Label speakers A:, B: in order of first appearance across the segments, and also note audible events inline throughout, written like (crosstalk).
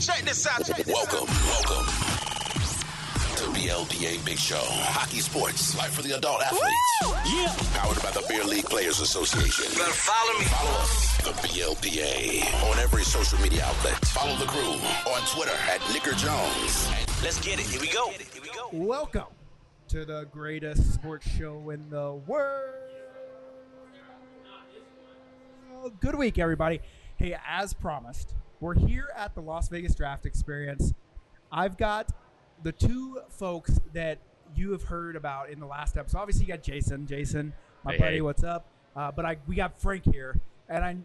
A: Check this out. Check this
B: Welcome, welcome to BLPA Big Show. Hockey sports, life for the adult athletes. Powered by the Beer League Players Association.
A: out. Follow me.
B: Follow us, the BLPA, on every social media outlet. Follow the crew on Twitter at Nicker Jones.
A: Let's get it. Here we go. Here we go.
C: Welcome to the greatest sports show in the world. Well, Good week, everybody. Hey, as promised, we're here at the Las Vegas Draft Experience. I've got the two folks that you have heard about in the last episode. Obviously, you got Jason. Jason, my
D: Hey,
C: buddy,
D: hey.
C: what's up? Uh, but I we got Frank here, and I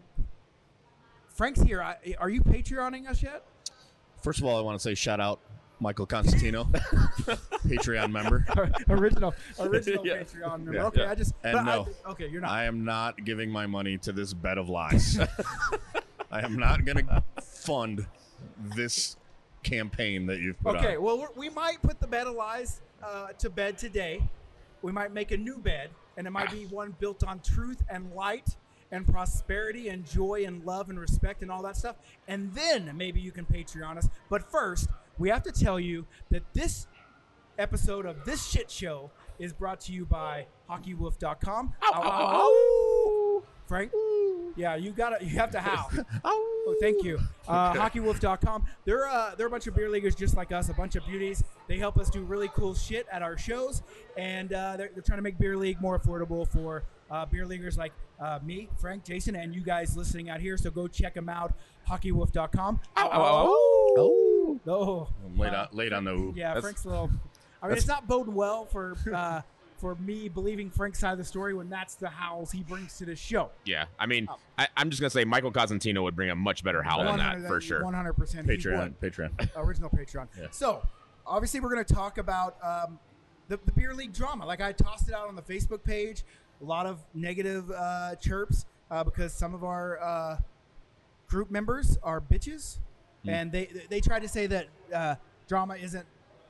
C: Frank's here. I, are you Patreoning us
D: (laughs)
C: yet?
D: First of all, I want to say shout out Michael Constantino, (laughs) Patreon member.
C: original, (laughs) original
D: (laughs) Yeah.
C: Patreon member.
D: Yeah,
C: okay,
D: yeah.
C: I just
D: And
C: but I-
D: no.
C: okay, you're not.
D: I am not giving my money to this bed of lies. (laughs) I am not going to fund this campaign that you've put
C: Okay,
D: on.
C: well, we're, we might put the bed of lies uh, to bed today. We might make a new bed, and it might be one built on truth and light and prosperity and joy and love and respect and all that stuff. And then maybe you can Patreon us. But first, we have to tell you that this episode of this shit show is brought to you by HockeyWolf.com. Ow, ow, ow. Frank, yeah, you gotta, you have to (laughs) howl. Oh, thank you. Uh, HockeyWolf.com. They're uh, they're a bunch of beer leaguers just like us, a bunch of beauties. They help us do really cool shit at our shows, and uh, they're, they're trying to make beer league more affordable for uh, beer leaguers like uh, me, Frank, Jason, and you guys listening out here. So go check them out. HockeyWolf.com. Ow, ow, ow.
D: Oh.
C: Oh,
D: I'm late, on, late on the oop.
C: yeah,
D: uh, That's-
C: Frank's little. I mean, it's not boding well for uh, for me believing Frank's side of the story when that's the howls he brings to the show.
E: Yeah, I mean, I, I'm just gonna say Michael Cosentino would bring a much better howl than that
C: 100
E: for sure.
C: 100% he would.
D: Patreon. Patreon.
C: original Patreon. So, obviously, we're going to talk about um, the, the beer league drama. Like I tossed it out on the Facebook page, a lot of negative uh, chirps uh, because some of our uh, group members are bitches,
E: Hmm.
C: and they they tried to say that uh, drama isn't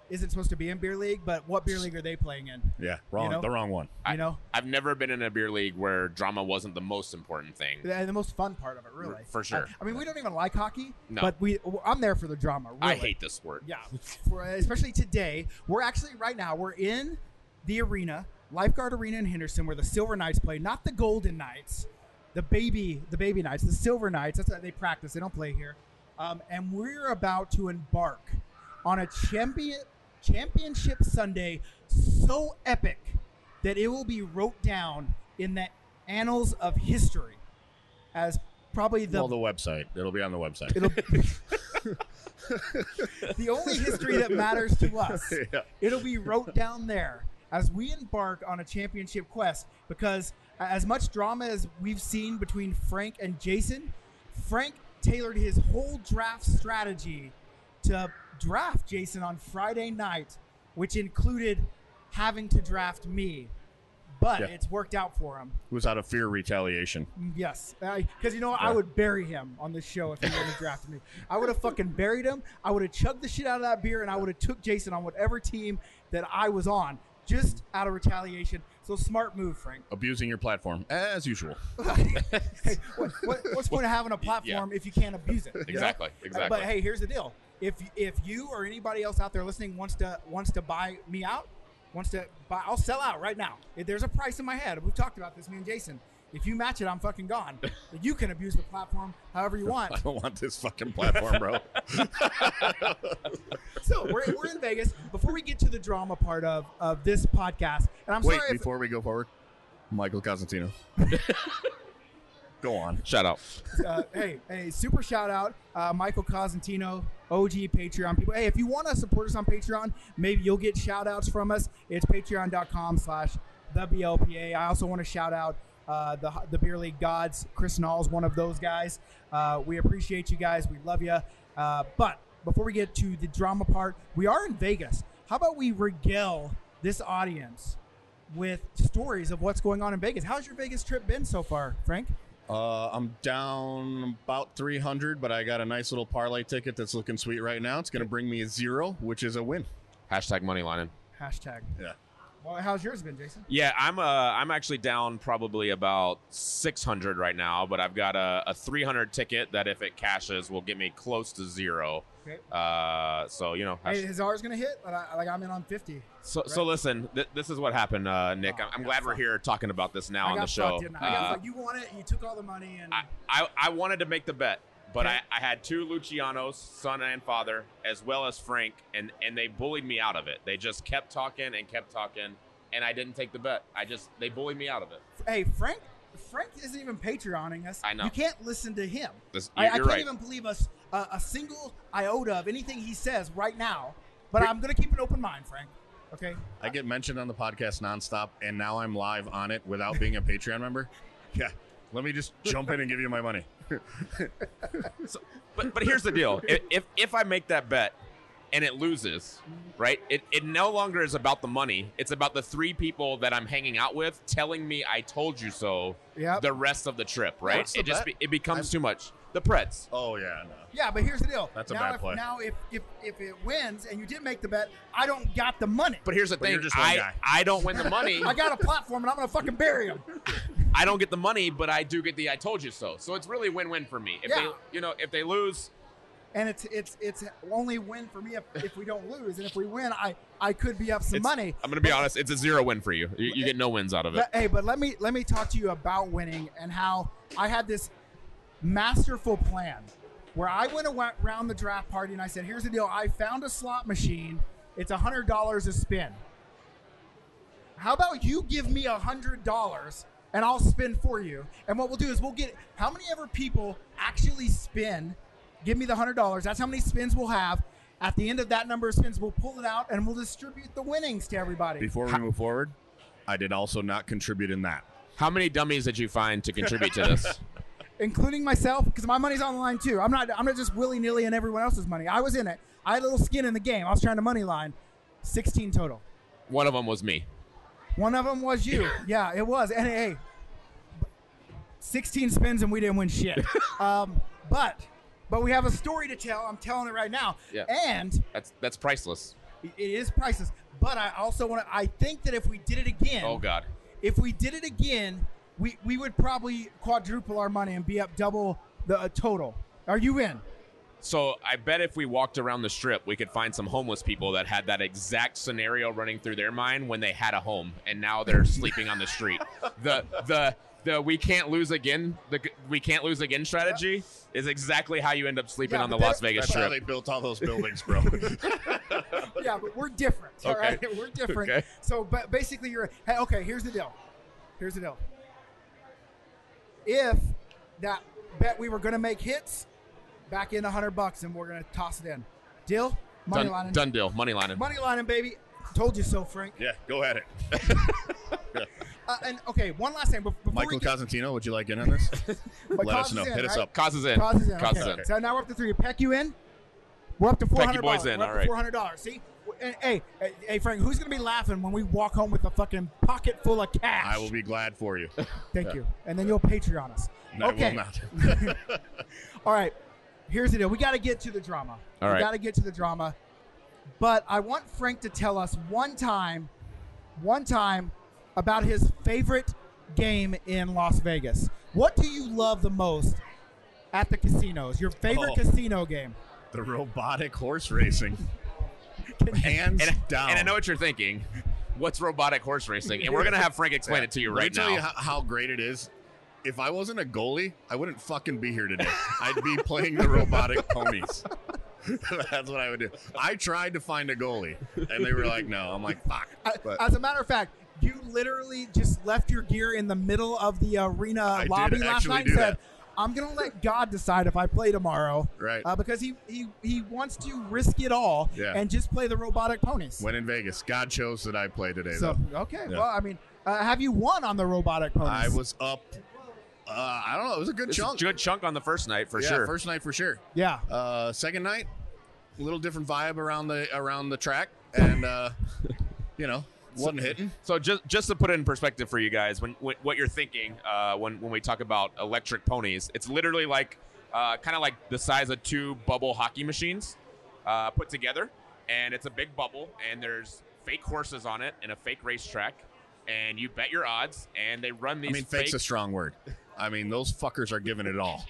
C: isn't supposed to be in beer league. But what beer league are they playing in?
D: Yeah, wrong.
C: You know?
D: The wrong one.
C: You know,
E: I've never been in a beer league where drama wasn't the most important thing.
C: the, the most fun part of it, really.
E: For sure.
C: I, I mean, we don't even like hockey,
E: No.
C: but we I'm there for the drama. Really.
E: I hate this word.
C: Yeah, (laughs) for, especially today. We're actually right now. We're in the arena, Lifeguard Arena in Henderson, where the Silver Knights play, not the Golden Knights, the baby, the baby Knights, the Silver Knights. That's how they practice. They don't play here. Um, and we're about to embark on a champion championship Sunday so epic that it will be wrote down in the annals of history as probably the
D: well, the website. It'll be on the website.
C: It'll the only history that matters to us.
D: (laughs) Yeah.
C: It'll be wrote down there as we embark on a championship quest. Because as much drama as we've seen between Frank and Jason, Frank tailored his whole draft strategy to draft Jason on Friday night, which included having to draft me. But
D: Yeah.
C: it's worked out for him.
D: It was out of fear of retaliation.
C: Yes, because you know what? I
D: Yeah.
C: would bury him on this show if he would have drafted me. I would have fucking buried him. I would have chugged the shit out of that beer, and I would have took Jason on whatever team that I was on, just out of retaliation. So smart move, Frank.
D: Abusing your platform, as usual. (laughs)
C: Hey, (laughs) what, what,
E: (laughs)
C: what's the point of having a platform if you can't abuse it? you know?
E: Exactly, exactly.
C: But hey, here's the deal: if if you or anybody else out there listening wants to wants to buy me out, wants to buy, I'll sell out right now. If there's a price in my head, we've talked about this, me and Jason. If you match it, I'm fucking
E: (laughs)
C: gone. you can abuse the platform however you want.
D: I don't want this fucking platform, bro.
C: So we're, we're in Vegas. Before we get to the drama part of of this podcast, and I'm
D: Wait,
C: sorry. If,
D: before we go forward, Michael (laughs) Cosentino. go on.
E: Shout (laughs) out.
C: uh, hey, hey, super shout out, uh, Michael Cosentino, OG Patreon people. Hey, if you want to support us on Patreon, maybe you'll get shout outs from us. It's patreon.com slash WLPA. I also want to shout out uh, the, the Beer League gods. Chris Nall's one of those guys. Uh, we appreciate you guys. We love you. Uh, but before we get to the drama part, we are in Vegas. How about we regale this audience with stories of what's going on in Vegas? How's your Vegas trip been so far, Frank?
D: Uh, I'm down about 300, but I got a nice little parlay ticket that's looking sweet right now. It's going to bring me a zero, which is a win.
E: Hashtag money lining.
C: Hashtag.
D: Yeah.
C: Well, how's yours been, Jason?
E: Yeah, I'm uh, I'm actually down probably about 600 right now, but I've got a, a 300 ticket that if it cashes will get me close to zero.
C: Okay.
E: Uh, so you know, I
C: Hey,
E: sh-
C: is ours gonna hit? Like, I- like I'm in on 50.
E: so so listen, th- this is what happened, uh, Nick.
C: Oh,
E: I'm, I'm
C: I got
E: glad we're
C: fucked.
E: here talking about this now
C: I
E: on the
C: got
E: show.
C: fucked, didn't I? I got
E: Uh,
C: fucked. You want it? You took all the money, and
E: I, I, I wanted to make the bet, but
C: Okay.
E: I, I had two Lucianos, son and father, as well as Frank, and, and they bullied me out of it. They just kept talking and kept talking, and I didn't take the bet. I just, they bullied me out of it.
C: hey, Frank. Frank isn't even Patreoning us.
E: I know.
C: You can't listen to him.
E: This-
C: I, I
E: you're
C: can't
E: right.
C: even believe us uh, a single iota of anything he says right now. But I'm gonna keep an open mind, Frank. Okay.
D: I get mentioned on the podcast nonstop, and now I'm live on it without being a Patreon member. (laughs) Yeah, let me just jump in and give you my money.
E: But, but here's the deal if, if, if I make that bet and it loses, right, it, it no longer is about the money. It's about the three people that I'm hanging out with telling me I told you so
C: Yep.
E: the rest of the trip, right?
D: What's the
E: it just
D: bet?
E: be, it becomes too much. The Preds.
D: Oh yeah, no.
C: Yeah, but here's the deal.
D: That's a
C: now
D: bad
C: if,
D: play.
C: Now, if, if if it wins and you did make the bet, I don't got the money.
E: But here's the
D: But
E: thing:
D: you're just one
E: I,
D: guy.
E: I don't win the
D: (laughs)
E: money.
C: I got a platform, and I'm gonna fucking bury him.
E: I don't get the money, but I do get the "I told you so." So it's really win-win for me. If they,
C: Yeah.
E: you know, if they lose,
C: And it's it's it's only win for me if, if we don't lose, and if we win, I I could be up some
E: it's-
C: money.
E: I'm gonna be honest; it's a zero win for you. You, you get no wins out of it.
C: But, hey, but let me let me talk to you about winning and how I had this masterful plan where I went around the draft party and I said, "Here's the deal. I found a slot machine. It's a hundred dollars a spin. How about you give me a hundred dollars and I'll spin for you? And what we'll do is we'll get how many ever people actually spin. Give me the hundred dollars. That's how many spins we'll have." At the end of that number of spins, we'll pull it out and we'll distribute the winnings to everybody.
D: Before we move forward, I did also not contribute in that.
E: How many dummies did you find to contribute
C: (laughs)
E: to this?
C: including myself, because my money's on the line too. I'm not I'm not just willy nilly in everyone else's money. I was in it. I had a little skin in the game. I was trying to money line. 16 total.
E: One of them was me.
C: One of them was
E: (laughs)
C: you. yeah, it was. And hey, 16 spins and we didn't win
E: (laughs)
C: shit. um, but but we have a story to tell. I'm telling it right now.
E: Yeah.
C: And
E: That's that's priceless.
C: it is priceless. But I also want to. I think that if we did it again,
E: Oh God.
C: if we did it again, we we would probably quadruple our money and be up double the uh, total. Are you in?
E: So I bet if we walked around the strip, we could find some homeless people that had that exact scenario running through their mind when they had a home and now
C: (laughs)
E: they're sleeping on the street. The the the we can't lose again. The g- we can't lose again strategy is exactly how you end up sleeping
C: Yeah,
E: on the
C: but
E: Las
C: that-
E: Vegas
D: That's how
E: Strip.
D: they built all those buildings, bro.
C: yeah, but we're different. All
E: Okay.
C: right, (laughs) we're different.
E: Okay.
C: So, but basically, you're hey, okay. Here's the deal. Here's the deal. If that bet we were gonna make hits, back in a hundred bucks, and we're gonna toss it in. Deal? Money
E: Done,
C: lining.
E: done deal. Money lining.
C: Money lining, baby. Told you so, Frank.
D: (laughs) yeah, go at it.
C: Uh, and okay, one last thing. bef- Before
D: Michael
C: we get, (laughs)
D: Cosentino, would you like in on this?
C: but
D: Let
C: Cos
D: us
C: is
D: know.
C: in,
D: Hit us
C: right?
D: up.
E: Causes in.
C: Causes in.
E: Causes
C: okay.
E: in.
C: So now we're up to three. Peck you in. We're up to four
E: Peck you
C: hundred.
E: boys in, all right.
C: Four hundred dollars. See. And, hey, hey, hey, Frank, who's gonna be laughing when we walk home with a fucking pocket full of cash?
D: I will be glad for
C: (laughs)
D: you.
C: Thank you. And then you'll Patreon us.
D: No, I will
C: okay.
D: not. (laughs)
C: All right. Here's the deal. We got to get to the drama.
E: All
C: we
E: right.
C: got to get to the drama. But I want Frank to tell us one time, one time about his favorite game in Las Vegas. What do you love the most at the casinos? Your favorite
D: Oh.
C: casino game?
D: The robotic horse racing. Hands
E: And,
D: down.
E: and I know what you're thinking. What's robotic horse racing? And we're gonna have Frank explain it to you
D: Let me
E: right
D: tell
E: now.
D: you how, how great it is. If I wasn't a goalie, I wouldn't fucking be here today. I'd be playing the robotic ponies. (laughs) That's what I would do. I tried to find a goalie, and they were like, "No." I'm like, "Fuck."
C: I-
D: But
C: As a matter of fact, you literally just left your gear in the middle of the arena
D: did
C: lobby last
D: actually
C: night
D: do
C: and said,
D: that.
C: "I'm gonna let God decide if I play tomorrow."
D: Right.
C: Uh, because he, he he wants to risk it all
D: Yeah.
C: and just play the robotic ponies.
D: when in Vegas, God chose that I play today.
C: so
D: though.
C: okay,
D: Yeah.
C: well, I mean, uh, have you won on the robotic ponies?
D: I was up. Uh, I don't know. It was a good
E: It's a
D: chunk.
E: good chunk on the first night for
D: yeah,
E: sure.
D: First night for sure.
C: Yeah.
D: Uh, second night, a little different vibe around the around the track, and uh, you
E: (laughs)
D: know, wasn't hitting.
E: So just just to put it in perspective for you guys, when, when what you're thinking uh, when when we talk about electric ponies, it's literally like uh, kind of like the size of two bubble hockey machines uh, put together, and it's a big bubble, and there's fake horses on it and a fake racetrack, and you bet your odds, and they run these.
D: I mean,
E: fake,
D: fake's a strong word. I mean, those fuckers are giving it all.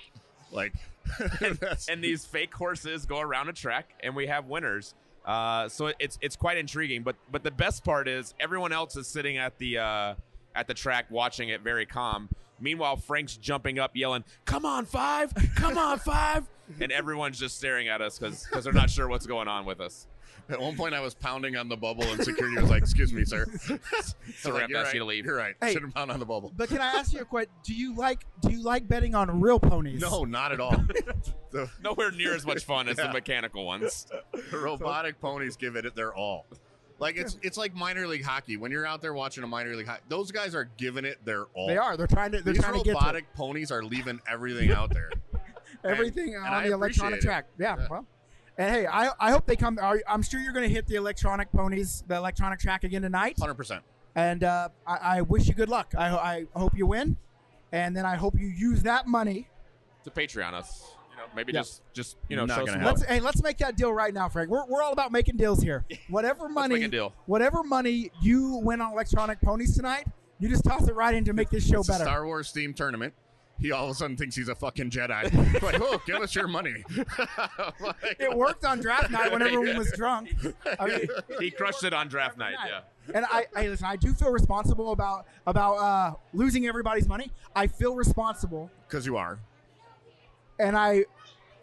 D: Like, (laughs) that's-
E: and these fake horses go around a track, and we have winners. Uh, so it's it's quite intriguing. But but the best part is everyone else is sitting at the uh, at the track watching it very calm. Meanwhile, Frank's jumping up, yelling, "Come on, five! Come
D: (laughs)
E: on, five! And everyone's just staring at us because they're not sure what's going on with us.
D: at one point, I was pounding on the bubble, and security was like, "Excuse me,
E: (laughs)
D: sir." (laughs)
E: So we're
D: like,
E: gonna
D: "You're
E: ask
D: right,
E: you to leave.
D: You're right.
C: Hey.
D: Shouldn't pound on the
C: (laughs)
D: bubble.
C: But can I ask you a question? Do you like do you like betting on real ponies?
D: No, not at
C: (laughs)
D: all. the
E: Nowhere near as much fun as
D: Yeah.
E: the mechanical ones.
D: the robotic ponies give it their all. Like it's it's like minor league hockey. When you're out there watching a minor league hockey, those guys are giving it their all.
C: They are. They're trying to. They're
D: These
C: trying to get to
D: robotic ponies are leaving everything out there.
C: everything
D: and
C: on
D: I
C: the electronic
D: appreciate it.
C: track. Yeah,
D: Yeah.
C: Well, and hey, I, I hope they come. are- I'm sure you're going to hit the electronic ponies, the electronic track again tonight. (laughs)
D: Hundred percent.
C: And uh, I, I wish you good luck. I, I hope you win, and then I hope you use that money.
E: To Patreon us, you know, maybe
C: Yeah.
E: just just you know,
D: Not
E: show
D: gonna
E: some
D: happen.
E: love.
C: Let's hey, let's make that deal right now, Frank. We're, we're all about making deals
D: (laughs)
C: here. Whatever money,
E: make a deal.
C: whatever money you win on electronic ponies tonight, you just toss it right in to make this show
D: It's a
C: better.
D: Star Wars themed tournament. He all of a sudden thinks he's a fucking Jedi. (laughs) like, oh, give us your money. (laughs) Like,
C: It worked on draft night when everyone was drunk.
D: (laughs)
C: I mean,
E: He crushed it on draft night. Yeah.
C: And I, I listen. I do feel responsible about about uh, losing everybody's money. I feel responsible,
D: Because you are.
C: and I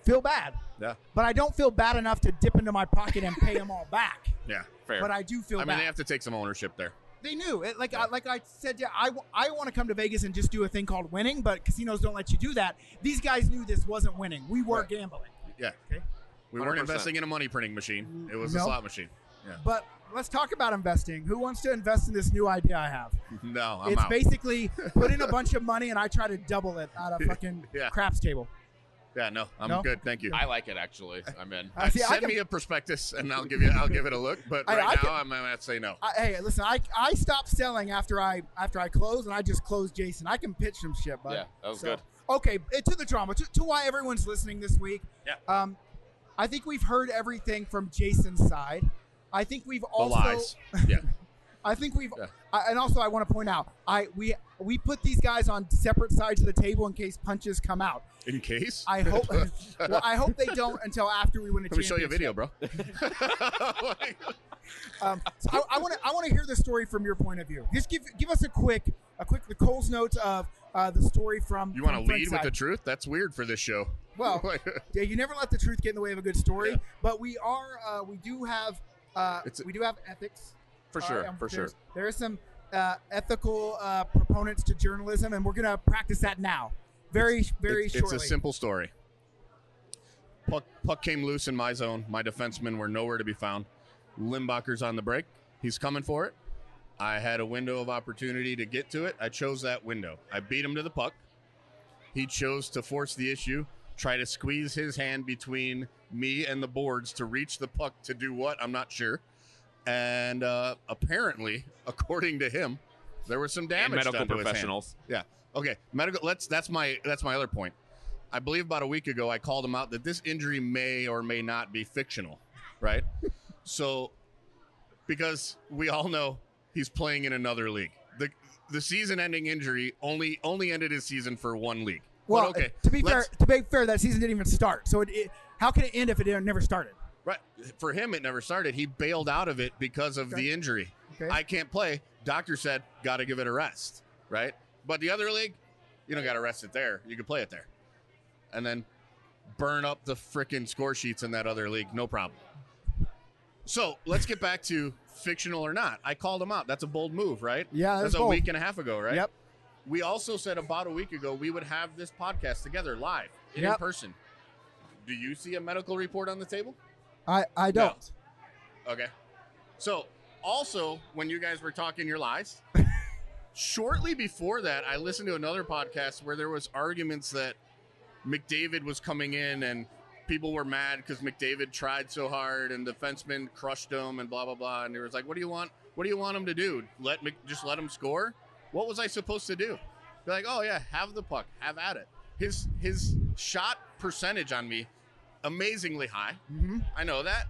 C: feel bad.
D: Yeah.
C: But I don't feel bad enough to dip into my pocket and pay them all back.
D: Yeah.
E: Fair.
C: But I do feel
D: I
C: bad.
D: mean, they have to take some ownership there.
C: They knew it. Like I, like I said, yeah, I, w- I want to come to Vegas and just do a thing called winning, but casinos don't let you do that. These guys knew this wasn't winning. We were
D: Right.
C: gambling.
D: Yeah.
C: Okay.
D: We weren't
E: 100%.
D: investing in a money printing machine. It was a
C: No.
D: slot machine. Yeah. (laughs)
C: But let's talk about investing. Who wants to invest in this new idea I have?
D: No, I'm
C: it's
D: out. (laughs)
C: basically put in a bunch of money and I try to double it at a fucking
D: Yeah.
C: craps table.
D: yeah, no, I'm
C: No?
D: good. Thank you.
E: I like it actually. I'm in.
C: I see.
D: Send
C: I can,
D: me a prospectus and I'll give you. I'll give it a look. But
C: I-
D: right
C: I
D: now,
C: can-
D: I'm gonna have to say no.
C: I, hey, listen. I, I stopped selling after I after I closed, and I just closed Jason. I can pitch some shit, bud.
E: Yeah, that was
C: So,
E: good.
C: Okay, eh, to the drama, to, to why everyone's listening this week.
D: Yeah.
C: Um, I think we've heard everything from Jason's side. I think we've
D: The
C: also. (laughs)
D: lies. Yeah.
C: I think we've,
D: Yeah.
C: I, and also I want to point out, I we we put these guys on separate sides of the table in case punches come out.
D: In case. (laughs)
C: I hope. (laughs) well, I hope they don't until after we win a
D: Let me show you a
C: championship.
D: video, bro.
C: Um, so I want to I want to hear the story from your point of view. Just give give us a quick a quick the Cole's notes of uh, the story from.
D: you want to
C: from
D: lead
C: Frank's
D: with the
C: side.
D: truth? That's weird for this show. (laughs)
C: Well,
D: Like,
C: yeah, you never let the truth get in the way of a good story.
D: Yeah.
C: But we are uh, we do have uh,
D: It's a-
C: we do have ethics
E: For
C: Uh,
E: sure.
C: and
E: for sure.
C: there's- There are some uh, ethical uh, proponents to journalism, and we're gonna practice that now. Very very
D: it's,
C: shortly.
D: It's a simple story. Puck, puck came loose in my zone. My defensemen were nowhere to be found. Limbacher's on the break. He's coming for it. I had a window of opportunity to get to it. I chose that window. I beat him to the puck. He chose to force the issue, try to squeeze his hand between me and the boards to reach the puck to do what? I'm not sure. And uh, apparently, (laughs) according to him, there was some
E: And
D: damage
E: medical
D: done to his hand.
E: professionals.
D: Yeah. Okay. Medical. Let's. That's my. That's my other point. I believe about a week ago I called him out that this injury may or may not be fictional, right? (laughs) so, because we all know he's playing in another league. the The season-ending injury only only ended his season for one league. But
C: well,
D: okay.
C: to be fair,
D: let's-
C: to be fair, that season didn't even start. So it, it, how can it end if it never started?
D: right for him it never started. He bailed out of it because of
C: Okay.
D: the injury.
C: Okay.
D: I can't play. Doctor said, got to give it a rest, right? But the other league, you don't got to rest it there. You can play it there. And then burn up the freaking score sheets in that other league. No problem. So let's get back to fictional or not. I called him out. That's a bold move, right?
C: Yeah, that's
D: That's a
C: bold.
D: week and a half ago, right?
C: Yep.
D: We also said about a week ago we would have this podcast together live and in
C: Yep.
D: person. Do you see a medical report on the table?
C: I I don't.
D: Okay. So, also, when you guys were talking your lies, shortly before that, I listened to another podcast where there was arguments that McDavid was coming in and people were mad because McDavid tried so hard and defenseman crushed him and blah blah blah. And it was like, "What do you want? What do you want him to do? Let Mc- just let him score? What was I supposed to do?" They're like, "Oh yeah, have the puck, have at it." His his shot percentage on me amazingly high.
C: Mhm.
D: I know that.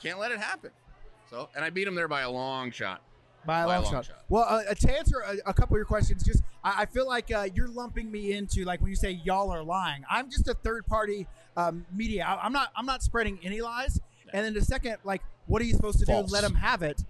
D: Can't let it happen. So, and I beat him there by a long shot.
C: By a long, shot. Well, uh, uh, to answer a, a couple of your questions, just I, I feel like uh, you're lumping me into like when you say y'all are lying. I'm just a third party um, media. I, I'm not. I'm not spreading any lies. And then the second, like, what are you supposed to
D: False.
C: do? Let them have it.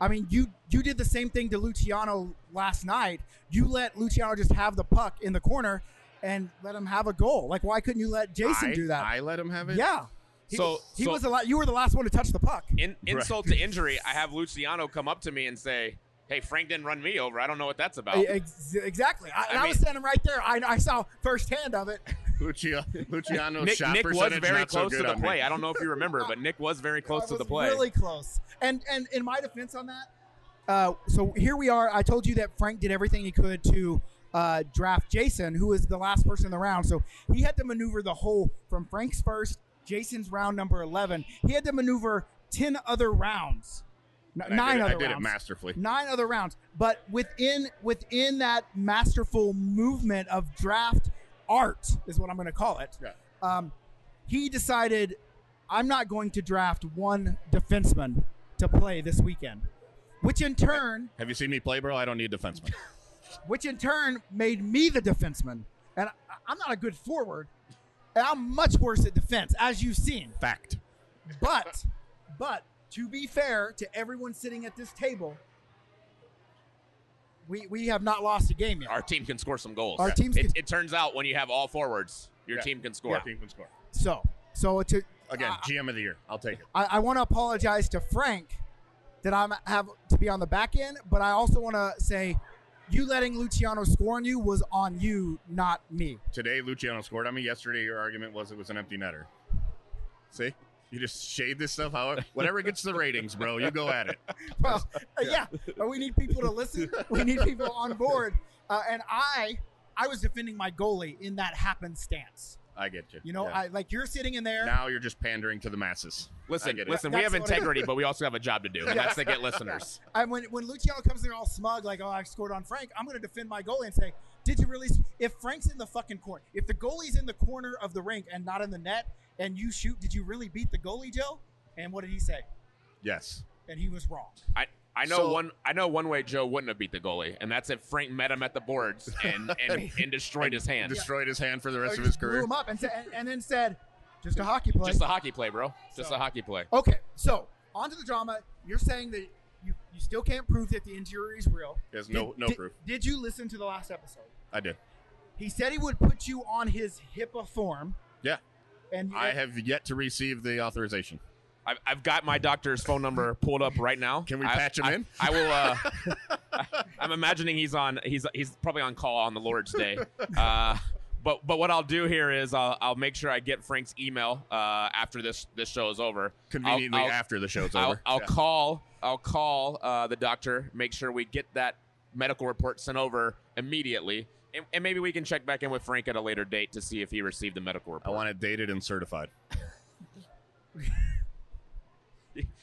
C: I mean, you you did the same thing to Luciano last night. You let Luciano just have the puck in the corner and let him have a goal. Like, why couldn't you let Jason
D: I,
C: do that?
D: I let him have it.
C: yeah. He,
E: So-
C: he
E: so-
C: was the la- you were the last one to touch the puck.
D: (laughs)
E: In, insult to injury, I have Luciano come up to me and say, "Hey, Frank didn't run me over. I don't know what that's
D: Oh.
E: about."
C: E-, Ex- exactly. I, and I
E: mean-
C: was standing right there. I, I saw firsthand
D: (laughs)
C: of it. (laughs)
D: Lucia, Luciano's
E: Nick,
D: shot
E: Nick was
D: percentage
E: very
D: not so
E: close to
D: good
E: the
D: on me.
E: play. I don't know if you remember, but Nick was very close
C: I
E: to the
C: was
E: play.
C: Really close. And and in my defense on that, uh, so here we are. I told you that Frank did everything he could to uh, draft Jason, who was the last person in the round. So he had to maneuver the whole from Frank's first, Jason's round number eleven. He had to maneuver ten other rounds, N-
D: And I
C: nine
D: did it-
C: other
D: I did it
C: rounds.
D: masterfully.
C: nine other rounds but within within that masterful movement of draft art is what i'm going to call it
D: Yeah.
C: um, he decided i'm not going to draft one defenseman to play this weekend which in turn
D: Have you seen me play, bro? I don't need defensemen.
C: which in turn made me the defenseman and I- i'm not a good forward and i'm much worse at defense as you've seen
D: Fact.
C: but but to be fair to everyone sitting at this table we, we have not lost a game yet.
E: Our team can score some goals.
C: Our
E: Yeah.
C: teams
E: it,
C: can-
E: it turns out when you have all forwards, your
D: Yeah.
E: team can score.
D: Team can score.
C: So, so to
D: Again,
C: I-
D: GM of the year. I'll take it.
C: I, I want to apologize to Frank that I'm have to be on the back end, but I also want to say you letting Luciano score on you was on you, not me.
D: Today, Luciano scored on me. Yesterday, your argument was it was an empty netter. See? You just shade this stuff out. Whatever gets the ratings, bro, you go at it.
C: (laughs) Well, uh, yeah, but we need people to listen. We need people on
D: (laughs)
C: board, uh, and I, I was defending my goalie in that happenstance.
D: I get you.
C: You know,
D: Yeah.
C: I like you're sitting in there.
D: now you're just pandering to the masses. I
E: Listen,
D: get it.
E: listen,
C: That's
E: we have
C: what I-
E: integrity, but we also have a job to do, and that's
C: (laughs)
E: to get listeners.
C: And when when Luciano comes in all smug, like, "Oh, I scored on Frank," I'm going to defend my goalie and say, "Did you really? s- If Frank's in the fucking corner, if the goalie's in the corner of the rink and not in the net, and you shoot, did you really beat the goalie, Joe?" And what did he say?
D: Yes.
C: And he was wrong.
E: I, I know
D: So-
E: one I know one way Joe wouldn't have beat the goalie, and that's if Frank met him at the boards and
C: (laughs)
E: and, and destroyed his hand.
D: Destroyed his hand for the
C: So
D: rest
C: he
D: of his
C: just
D: career.
C: blew him up and, sa- and, and then said, "Just a hockey play."
E: Just a hockey play, bro. Just
C: So-
E: a hockey play.
C: okay, so on to the drama. You're saying that you, you still can't prove that the injury is real.
D: There's no-
C: Did-
D: no
C: did-
D: proof.
C: Did you listen to the last episode?
D: I did.
C: He said he would put you on his HIPAA form,
D: Yeah.
C: and
D: I have yet to receive the authorization.
E: I've, I've got my doctor's phone number pulled up right now.
D: Can we
E: I-
D: patch him
E: I-
D: in?
E: I will. Uh, (laughs) I'm imagining he's on. He's he's probably on call on the Lord's Day. Uh, but but what I'll do here is I'll I'll make sure I get Frank's email uh, after this this show is over. I'll-
D: Conveniently
E: I'll-
D: after the show's
E: I'll,
D: over.
E: I'll
D: Yeah.
E: call. I'll call uh, the doctor. Make sure we get that medical report sent over immediately, and, and maybe we can check back in with Frank at a later date to see if he received the
D: I
E: medical report.
D: want it dated and certified.
E: (laughs)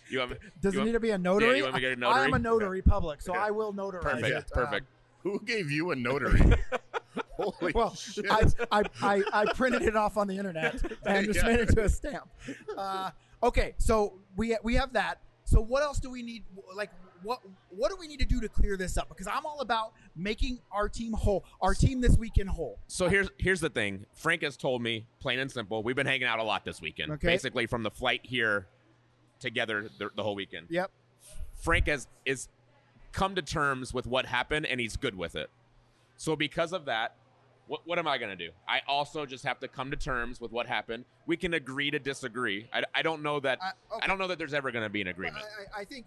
E: you have
C: Does
E: you
C: it
E: have-
C: need to be a notary?
E: you want me to get a
C: I am a
E: notary?
C: notary public, so I will notarize
E: perfect,
C: it. Um,
E: perfect.
D: Who gave you a notary? (laughs) Holy
C: well,
D: shit.
C: I, I, I, I printed it off on the internet
D: (laughs)
C: and just
D: Yeah.
C: made it to a stamp. Uh, okay, so we we have that. So what else do we need? Like, what what do we need to do to clear this up? Because I'm all about making our team whole. Our team this weekend whole.
E: So here's here's the thing. Frank has told me, plain and simple, we've been hanging out a lot this weekend.
C: Okay.
E: Basically, from the flight here together the, the whole weekend.
C: Yep.
E: Frank has is come to terms with what happened, and he's good with it. So because of that, what what am I gonna do? I also just have to come to terms with what happened. We can agree to disagree. I, I don't know that.
C: I- okay.
E: I don't know that there's ever gonna be an agreement.
C: I, I, I think,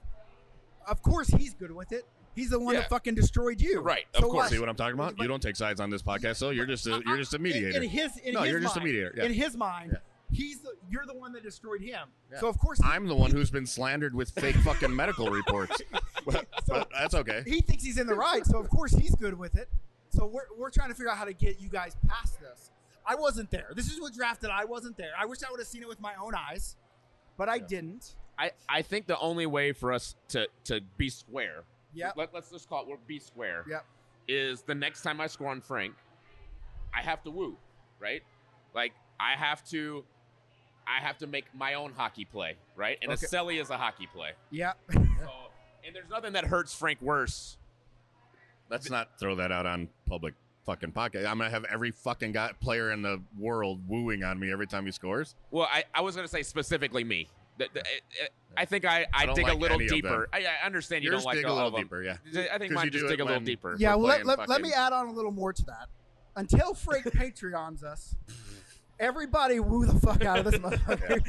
C: of course, he's good with it. He's the one
E: Yeah.
C: that fucking destroyed you.
E: Right, of
C: So
E: course.
C: what?
D: See what I'm talking about? You don't take sides on this podcast, so you're just a, you're just a mediator.
C: In, (laughs) in his, in
D: No,
C: his
D: you're
C: mind,
D: just a mediator, yeah.
C: In his mind,
D: Yeah.
C: he's the, you're the one that destroyed him.
D: Yeah.
C: So of course, he,
D: I'm the one who's been slandered with fake fucking medical reports. (laughs) But, but that's okay.
C: he thinks he's in the right. So of course, he's good with it. So we're we're trying to figure out how to get you guys past this. I wasn't there. This is what drafted. I wasn't there. I wish I would have seen it with my own eyes, but I didn't.
E: I, I think the only way for us to to be square.
C: Yep.
E: Let, let's just call it we're be square.
C: Yep.
E: Is the next time I score on Frank, I have to woo, right? Like I have to I have to make my own hockey play, right? And
C: Okay.
E: a celly is a hockey play.
C: Yeah.
E: So, and there's nothing that hurts Frank worse.
D: Let's not throw that out on public fucking podcast. I'm gonna have every fucking guy player in the world wooing on me every time he scores.
E: Well, I, I was going to say specifically me. The- the- I- I I think I, I,
D: don't
E: dig
D: like
E: a little
D: any of them.
E: deeper. I, I understand you
D: Yours
E: don't like
D: dig
E: all
D: a little
E: of them.
D: deeper, yeah.
E: I think
D: 'Cause
E: mine
D: you
E: just
D: do
E: dig
D: it
E: a little
D: when-
E: deeper.
C: Yeah,
D: We're
C: well, let,
D: playing
C: let, let me
D: fucking-
C: add on a little more to that. Until
D: (laughs)
C: Frank Patreons us, everybody woo the fuck out of
D: (laughs)
C: this motherfucker.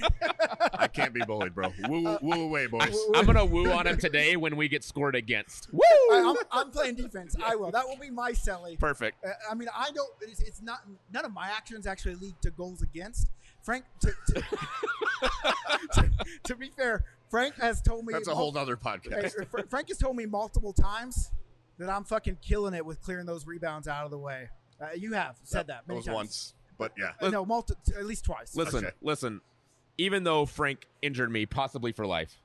D: I can't be bullied, bro. Woo, woo away, boys.
E: I'm gonna Uh, woo on him today when we get scored against. Woo!
C: I, am I'm playing defense. I will. That will be my celly.
E: Perfect.
C: Uh, I mean, I don't. It's, it's not. None of my actions actually lead to goals against. Frank, to, to, (laughs) to, to be fair, Frank has told me
D: That's a whole
C: mul-
D: nother
C: (laughs)
D: podcast.
C: Hey, Fr- Frank has told me multiple times that I'm fucking killing it with clearing those rebounds out of the way. Uh, you have said that.
D: That
C: Many
D: was
C: times.
D: once, but yeah.
C: Uh, no, multi- t- at least twice.
E: Listen,
D: Okay.
E: listen. Even though Frank injured me, possibly for life,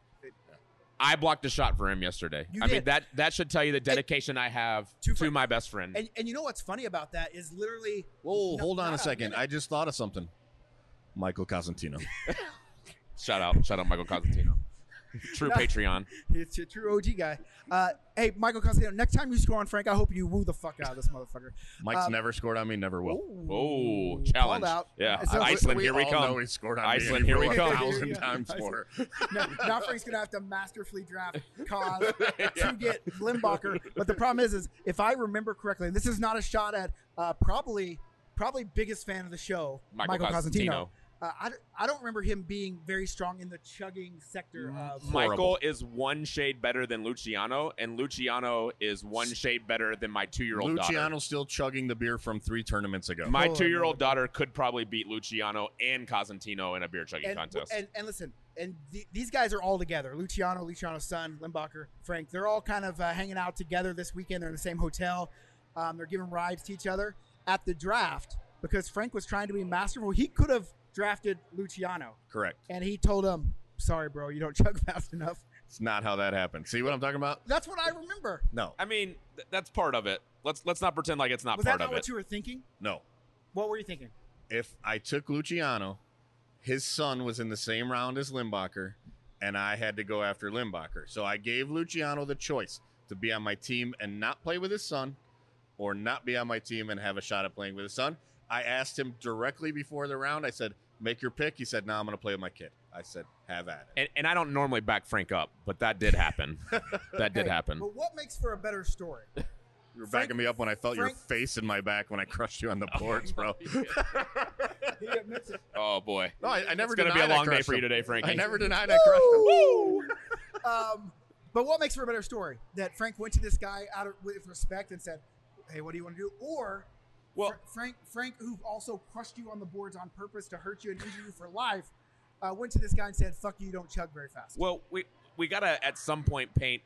E: I blocked a shot for him yesterday.
C: You
E: I mean
C: did.
E: that that should tell you the dedication I have
C: To
E: to,
C: Frank.
E: my best friend.
C: And, and you know what's funny about that is literally.
D: Whoa,
C: No,
D: hold on a
C: not a
D: second.
C: minute.
D: I just thought of something. Michael Cosentino.
E: shout out, shout out,
C: (laughs)
E: Michael Cosentino, true
C: No. (laughs)
E: Patreon.
C: It's a true OG guy. Uh, hey, Michael Costantino, next time you score on Frank, I hope you woo the fuck out of this motherfucker.
D: Mike's
C: Um,
D: never scored on me, never will.
E: Oh,
C: Ooh, called
E: challenge.
C: out.
E: Yeah.
C: It sounds like-
E: Iceland, here we
D: all
E: come.
D: know he scored on me, and
E: Iceland,
D: he
E: here we
D: will
E: come.
D: A thousand
E: (laughs)
C: Yeah.
D: times more.
C: No, now Frank's gonna have to masterfully draft cause to get Limbacher. But the problem is, is if I remember correctly, and this is not a shot at uh, probably probably biggest fan of the show,
E: Michael
C: Michael,
E: Costantino.
C: Costantino. Uh, I, I don't remember him being very strong in the chugging sector of
E: Michael is one shade better than Luciano, and Luciano is one shade better than my two-year-old daughter.
D: Luciano's still chugging the beer from three tournaments ago.
E: My
C: Oh,
E: two-year-old daughter could probably beat Luciano and Cosentino in a beer chugging
C: and,
E: contest.
C: And, and listen, and the, these guys are all together. Luciano, Luciano's son, Limbacher, Frank. They're all kind of uh, hanging out together this weekend. They're in the same hotel. Um, they're giving rides to each other at the draft because Frank was trying to be masterful. He could have drafted Luciano,
D: Correct.
C: and he told him, "Sorry, bro, you don't (laughs) chug fast enough."
D: It's not how that happened. See what I'm talking about?
C: That's what I remember.
D: No,
E: I mean, th- that's part of it. Let's let's not pretend like it's not
C: was that
E: part
C: not
E: of
C: what
E: it.
C: you were thinking?
D: no.
C: What were you thinking?
D: If I took Luciano, his son was in the same round as Limbacher, and I had to go after Limbacher. So I gave Luciano the choice to be on my team and not play with his son, or not be on my team and have a shot at playing with his son. I asked him directly before the round. I said, "Make your pick." He said, "No, I'm going to play with my kid." I said, "Have at it."
E: and, and I don't normally back Frank up, but that
C: (laughs)
E: did happen. that did
C: Hey,
E: happen.
C: But what makes for a better story?
D: You were
C: Frank-
D: backing me up when I felt
C: Frank-
D: your face in my back when I crushed
E: (laughs)
D: you on the boards, bro.
C: he admits it.
E: Oh boy,
D: No, I, I never.
E: it's gonna be a
D: denied I
E: long day
D: crushed
E: for you
D: him.
E: today, Frank.
D: I never denied I crushed him.
C: (laughs) um, but what makes for a better story that Frank went to this guy out of, with respect and said, "Hey, what do you want to do?" Or
E: Well-
C: Fra- Frank, Frank, who also crushed you on the boards on purpose to hurt you and injure you for life, uh, went to this guy and said, "Fuck you, you don't chug very fast."
E: Well, we we gotta at some point paint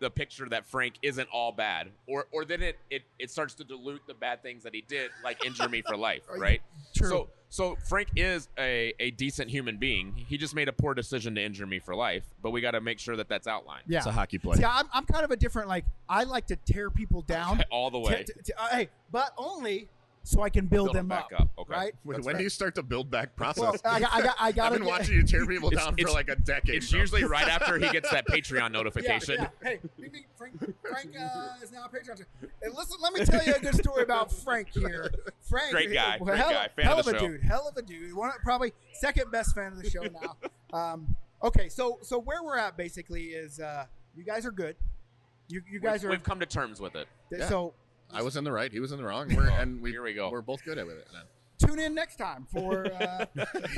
E: the picture that Frank isn't all bad, or or then it it, it starts to dilute the bad things that he did, like injure me
C: (laughs)
E: for life,
C: Are you-
E: right?
C: True.
E: So so Frank is a a decent human being. He just made a poor decision to injure me for life, but we got to make sure that that's outlined.
C: yeah.
D: It's a hockey play.
C: See, I'm, I'm kind of a different. Like, I like to tear people down.
E: (laughs) all the
C: Te-
E: way.
C: te- te- uh, hey, but only so I can build,
E: Build
C: them
E: them back
C: up.
E: up, okay.
C: Right.
D: Wait,
C: That's
D: when
C: fair.
D: do you start the build back
C: Well,
D: process?
C: I, I, I, I
D: I've
C: gotta
D: been
C: get-
D: watching you
C: (laughs)
D: tear people
E: It's-
D: down for
E: it's-
D: like a decade.
E: It's
D: bro.
E: usually right after he
D: (laughs)
E: gets that Patreon
C: Yeah,
E: notification.
C: yeah. Hey, we meet Frank, Frank uh, is now a Patreon. And listen, let me tell you a good story about Frank here. Frank,
E: Great guy,
C: well,
E: great
C: hell,
E: guy, fan
C: hell
E: of the
C: a
E: show.
C: dude, hell of a dude. One, of- probably second best fan of the show now. um, okay, so so where we're at basically is uh, you guys are good. You you guys
E: we've,
C: are
E: we've come to terms with it.
D: yeah.
C: so
D: I was in the right. He was in the
E: (laughs)
D: wrong. We're, and we,
E: here we go.
D: We're both good at it. now.
C: tune in next time for. Uh, (laughs)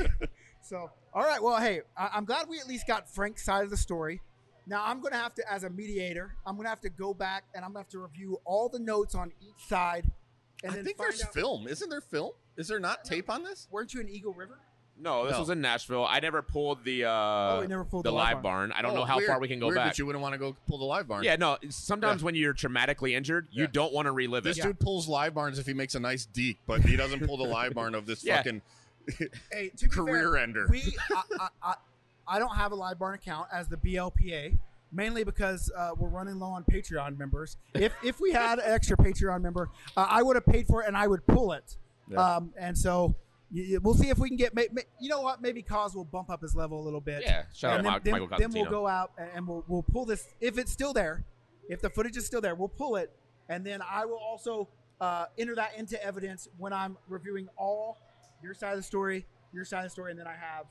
C: so, all right. Well, hey, I- I'm glad we at least got Frank's side of the story. Now, I'm going to have to, as a mediator, I'm going to have to go back and I'm going to have to review all the notes on each side. And
D: I
C: then
D: think
C: find
D: there's
C: out,
D: film. Isn't there film? Is there not tape on this?
C: Weren't you in Eagle River?
E: No, this
D: No.
E: was in Nashville. I never pulled the uh,
C: Oh, we never pulled
E: the,
C: the live
E: live barn. I don't
D: Oh,
E: know how
D: weird-
E: far we can go
D: weird
E: back.
D: That you wouldn't want to go pull the live barn.
E: Yeah, no. Sometimes when you're traumatically injured, you
D: Yeah.
E: don't want to relive
D: This
E: it.
D: dude pulls live barns if he makes a nice deke, but he doesn't pull the live barn of this
E: (laughs) Yeah.
D: fucking
C: Hey, to be fair,
D: career ender.
C: we, I, I, I, I don't have a live barn account as the BLPA. Mainly because uh, we're running low on Patreon members. If, if we had an extra Patreon member, uh, I would have paid for it and I would pull it.
D: Yeah.
C: Um, and so You- you- We'll see if we can get. may- may- You know what? Maybe Cause will bump up his level a little bit.
E: Yeah, shout
C: and
E: out
C: then,
E: Michael
C: then,
E: Constantino.
C: then we'll go out and and we'll, we'll pull this if it's still there if the footage is still there we'll pull it and then i will also uh, enter that into evidence when i'm reviewing all your side of the story your side of the story and then i have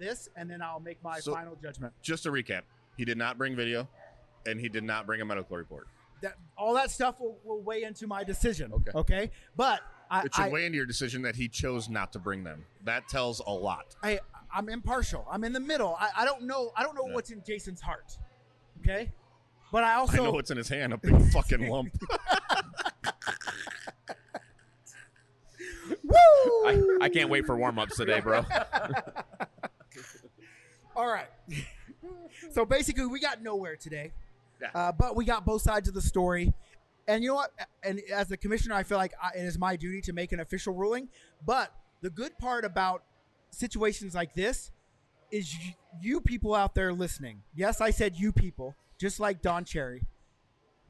C: this and then i'll make my
D: So-
C: final judgment
D: Just to recap, he did not bring video, and he did not bring a medical report.
C: that all that stuff will, will weigh into my decision
D: Okay.
C: okay but I,
D: It should
C: I,
D: weigh into your decision that he chose not to bring them. That tells a lot.
C: I I'm impartial. I'm in the middle. I, I don't know. I don't know
D: Yeah.
C: what's in Jason's heart. Okay, but I also
D: (laughs)
C: (laughs)
D: I know what's in his hand, a big fucking (laughs) lump.
E: I, I can't wait for warm ups today, (laughs) bro.
C: All right. (laughs) so basically, we got nowhere today,
D: Yeah.
C: uh, but we got both sides of the story. And you know what? And as the commissioner, I feel like I, it is my duty to make an official ruling. But the good part about situations like this is you, you people out there listening. Yes, I said you people, just like Don Cherry.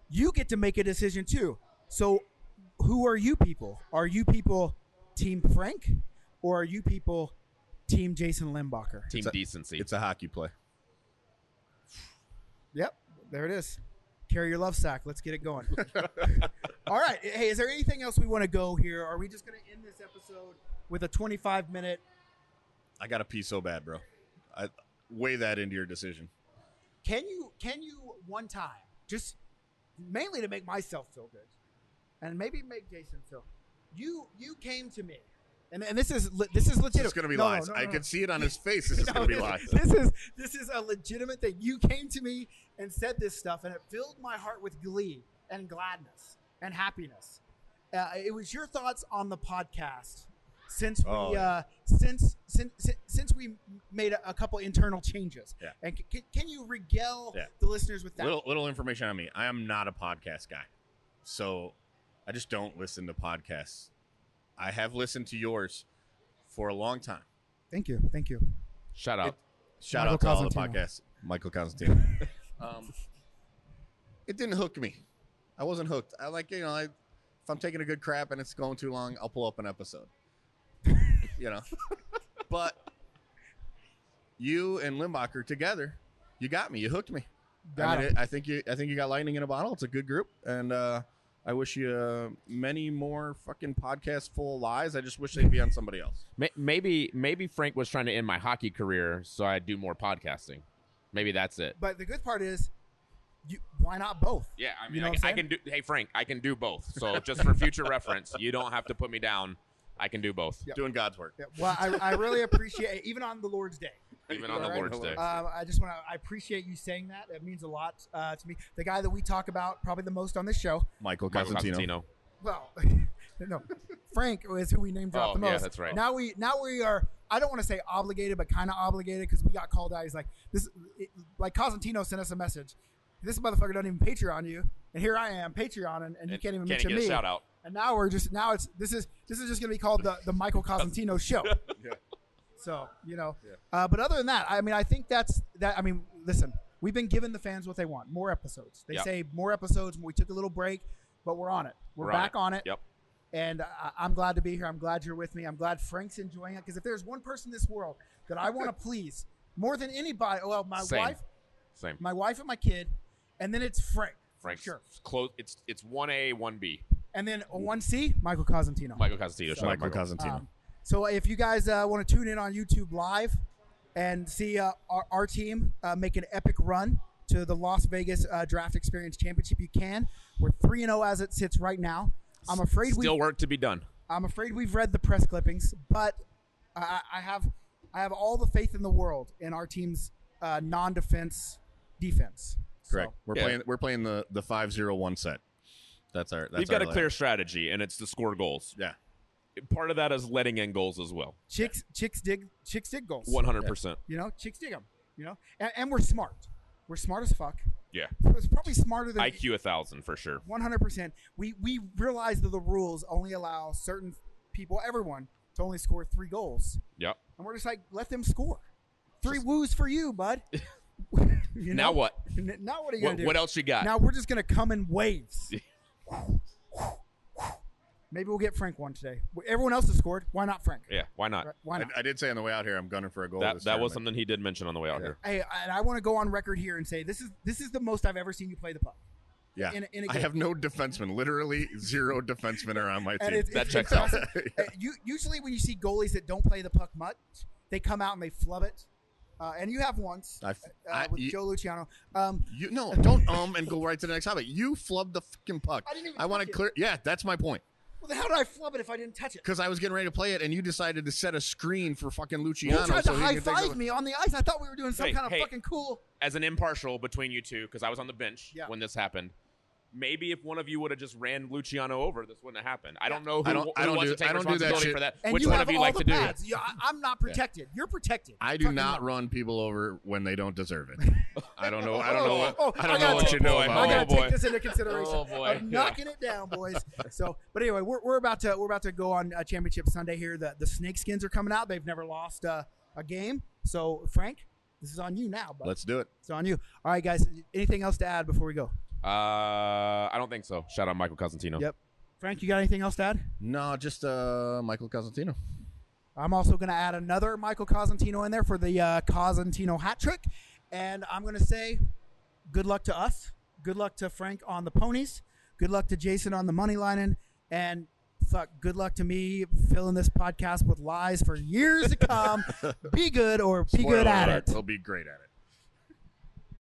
C: You get to make a decision too. So, who are you people? Are you people Team Frank, or are you people Team Jason Limbacher?
E: Team
D: a-
E: decency.
D: It's a hockey play.
C: Yep, there it is. Carry your love sack. Let's get it going.
D: (laughs)
C: All right. Hey, is there anything else we want to go here? Are we just going to end this episode with a 25 minute?
D: I got to pee so bad, bro. I weigh that into your decision.
C: Can you can you one time just mainly to make myself feel good, and maybe make Jason feel. You you came to me, and, and this is le- this is legit.
D: It's gonna be
C: No, no,
D: lies.
C: no,
D: I
C: no, no.
D: could see it
C: (laughs)
D: on his face. This is
C: No,
D: gonna be
C: this-
D: lies.
C: This is this is a legitimate thing. You came to me and said this stuff, and it filled my heart with glee and gladness and happiness. Uh, it was your thoughts on the podcast since we
D: Oh, yeah.
C: uh, since, since since since we made a, a couple internal changes.
D: Yeah.
C: And c- can, can you regale
D: Yeah.
C: the listeners with that?
D: Little little information on me. I am not a podcast guy, so I just don't listen to podcasts. I have listened to yours for a long time.
C: Thank you, thank you.
E: Shout out.
D: Shout
C: Michael
D: out to all the
C: Costantino.
D: podcasts, Michael Constantino. um, it didn't hook me. I wasn't hooked. I like you know, I, if I'm taking a good crap and it's going too long, I'll pull up
C: (laughs)
D: an episode. you know, but you and Limbacher together, you got me. You hooked me. I,
C: Got
D: mean,
C: it.
D: I think you. I think you got lightning in a bottle. It's a good group, and uh, I wish you uh, many more fucking podcasts full of lies. I just wish they'd be on somebody else.
E: May- Maybe maybe Frank was trying to end my hockey career so I do more podcasting. Maybe that's it.
C: But the good part is, you, why not both?
E: Yeah, I mean,
C: You know
E: I,
C: what I'm
E: I can do. Hey, Frank, I can do both. So just for (laughs) future reference, you don't have to put me down. I can do both,
C: Yep.
D: Doing God's work.
C: Yeah, well, I, I really appreciate it, even on the Lord's Day.
E: even on the
C: Alright.
E: Lord's Day.
C: Um, I just want to. I appreciate you saying that. That means a lot uh, to me. The guy that we talk about probably the most on this show.
D: Michael
E: Michael
D: Constantino.
E: Constantino.
C: Well, (laughs) no, Frank is who we name drop
E: Oh,
C: the most.
E: yeah, that's right.
C: Now we now we are. I don't want to say obligated, but kind of obligated because we got called out. He's like this. It, like Cosentino sent us a message. This motherfucker doesn't even Patreon you, and here I am Patreon, and, and you
E: And
C: can't even
E: can't
C: mention
E: get
C: me.
E: a shout out.
C: And now we're just now it's this is this is just gonna be called the the Michael Cosentino
E: (laughs)
C: show.
D: Yeah.
C: So you know,
D: Yeah.
C: uh, but other than that, I mean, I think that's that. I mean, listen, we've been giving the fans what they want: more episodes. They
E: Yep.
C: say more episodes. We took a little break, but we're on it. We're,
E: We're on
C: back
E: it.
C: on it.
E: Yep.
C: And I, I'm glad to be here. I'm glad you're with me. I'm glad Frank's enjoying it because if there's one person in this world that I
E: (laughs)
C: want to please more than anybody, well, my
E: Same.
C: wife,
E: Same.
C: my wife and my kid, and then it's Frank. for
E: Frank's
C: sure.
E: close. It's it's one A, one B.
C: And then one C, Michael Cosentino.
E: Michael Constantino. Shout out,
D: Michael
E: Michael.
D: Cosentino.
C: Um, so if you guys uh, want to tune in on YouTube live and see uh, our, our team uh, make an epic run to the Las Vegas uh, Draft Experience Championship, you can. We're three and zero as it sits right now. I'm afraid we
E: Still work to be done.
C: I'm afraid we've read the press clippings, but I, I have I have all the faith in the world in our team's uh, non-defense defense.
D: Correct.
C: So,
D: we're
E: Yeah.
D: playing. We're playing the the five zero one set. That's our. That's
E: We've got
D: our
E: a
D: lineup.
E: clear strategy, and it's to score goals.
D: Yeah.
E: Part of that is letting in goals as well.
C: chicks chicks dig chicks dig goals.
E: One hundred percent.
C: You know, chicks dig them. You know, and, and we're smart. We're smart as fuck. (laughs)
E: Yeah.
C: It's probably smarter than
E: IQ a thousand for sure.
C: One hundred percent. We we realize that the rules only allow certain people, everyone, to only score three goals,
E: Yep.
C: and we're just like, let them score. Three woos for you, bud. You
E: Now
C: know?
E: what?
C: N- Now what are you
E: What,
C: gonna do?
E: what else you got?
C: Now we're just gonna come in waves. Maybe we'll get Frank one today. Everyone else has scored. Why not Frank?
E: Yeah, why not?
C: Right, Why
D: I,
C: not?
D: I did say on the way out here, I'm gunning for a goal.
E: That
D: this
E: that was
D: tournament.
E: something he did mention on the way out here.
C: Hey, and I want to go on record here and say this is this is the most I've ever seen you play the puck.
D: Yeah,
C: in a- in a
D: I
C: game.
D: have no defensemen. Literally zero defensemen are on my
C: (laughs) And
D: team.
C: it's,
E: That
C: it's
E: checks (laughs) out.
C: impressive. Uh, you, usually, when you see goalies that don't play the puck much, they come out and they flub it. Uh, and you have once
D: I f-
C: uh,
D: I-
C: with
D: you-
C: Joe Luciano. Um,
D: You no, don't um and go right to the next topic. You flubbed the fucking puck.
C: I didn't even
D: want
C: touch
D: to
C: it.
D: clear. Yeah, that's my point.
C: well, then how did I flub it if I didn't touch it?
D: Because I was getting ready to play it, and you decided to set a screen for fucking
C: You
D: Luciano.
C: tried
D: so
C: to
D: he
C: high
D: could take
C: five
D: the-
C: me on the ice. I thought we were doing some
E: Hey,
C: kind of
E: hey.
C: fucking cool.
E: As an impartial between you two, because I was on the bench
C: Yeah.
E: when this happened. Maybe if one of you would have just ran Luciano over, this wouldn't have happened. I don't know who,
D: I don't-
E: who
D: I don't
E: wants
D: do-
E: to take
D: I don't do that
E: responsibility
D: shit.
E: for that.
C: And
E: Which
C: you
E: one
C: have
E: of you
C: all
E: like
C: the
E: to do
C: pads. Yeah, I- I'm not protected. You're protected.
D: I do
C: Fucking
D: not
C: right.
D: run people over when they don't deserve it. I don't know. I don't know. What,
C: (laughs) Oh,
D: I don't
C: I
D: know
C: gotta
D: what you
E: take-
D: know
E: oh,
D: about.
C: I gotta
D: it.
E: Oh, boy.
C: take this into consideration.
E: Oh, boy.
C: I'm
E: Yeah.
C: knocking it down, boys. So, but anyway, we're, we're about to we're about to go on uh, championship Sunday here. The the Snakeskins are coming out. They've never lost uh, a game. So, Frank, this is on you now, bud.
D: Let's do it.
C: it's on you. All right, guys. Anything else to add before we go?
E: Uh, I don't think so. Shout out Michael Cosentino.
C: Yep. Frank, you got anything else to add?
D: No, just uh, Michael Cosentino.
C: I'm also going to add another Michael Cosentino in there for the uh, Cosentino hat trick. And I'm going to say good luck to us. Good luck to Frank on the ponies. Good luck to Jason on the money lining. And fuck, good luck to me filling this
D: (laughs)
C: podcast with lies for years to come. be good or be
D: Spoiler
C: good at
D: alert,
C: it.
D: He'll be great at it.